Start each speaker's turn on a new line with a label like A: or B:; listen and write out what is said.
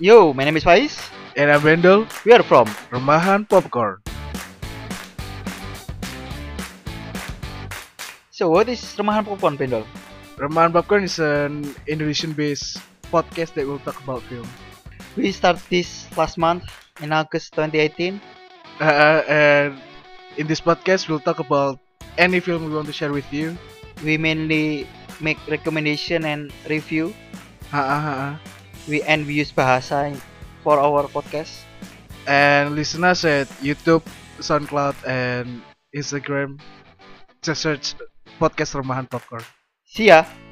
A: Yo, my name is Faiz.
B: And I'm Wendell,
A: We are from
B: Remahan Popcorn.
A: So what is Remahan Popcorn Pendol?
B: Remahan Popcorn is an Indonesian-based podcast that will talk about film.
A: We start this last month in August 2018.
B: Uh, and in this podcast, we'll talk about any film we want to share with you.
A: We mainly make recommendation and review.
B: Ha, ha, ha, ha.
A: We and we use bahasa for our podcast.
B: And listen us at YouTube, SoundCloud, and Instagram. Just search podcast Remahan Popcorn.
A: See ya.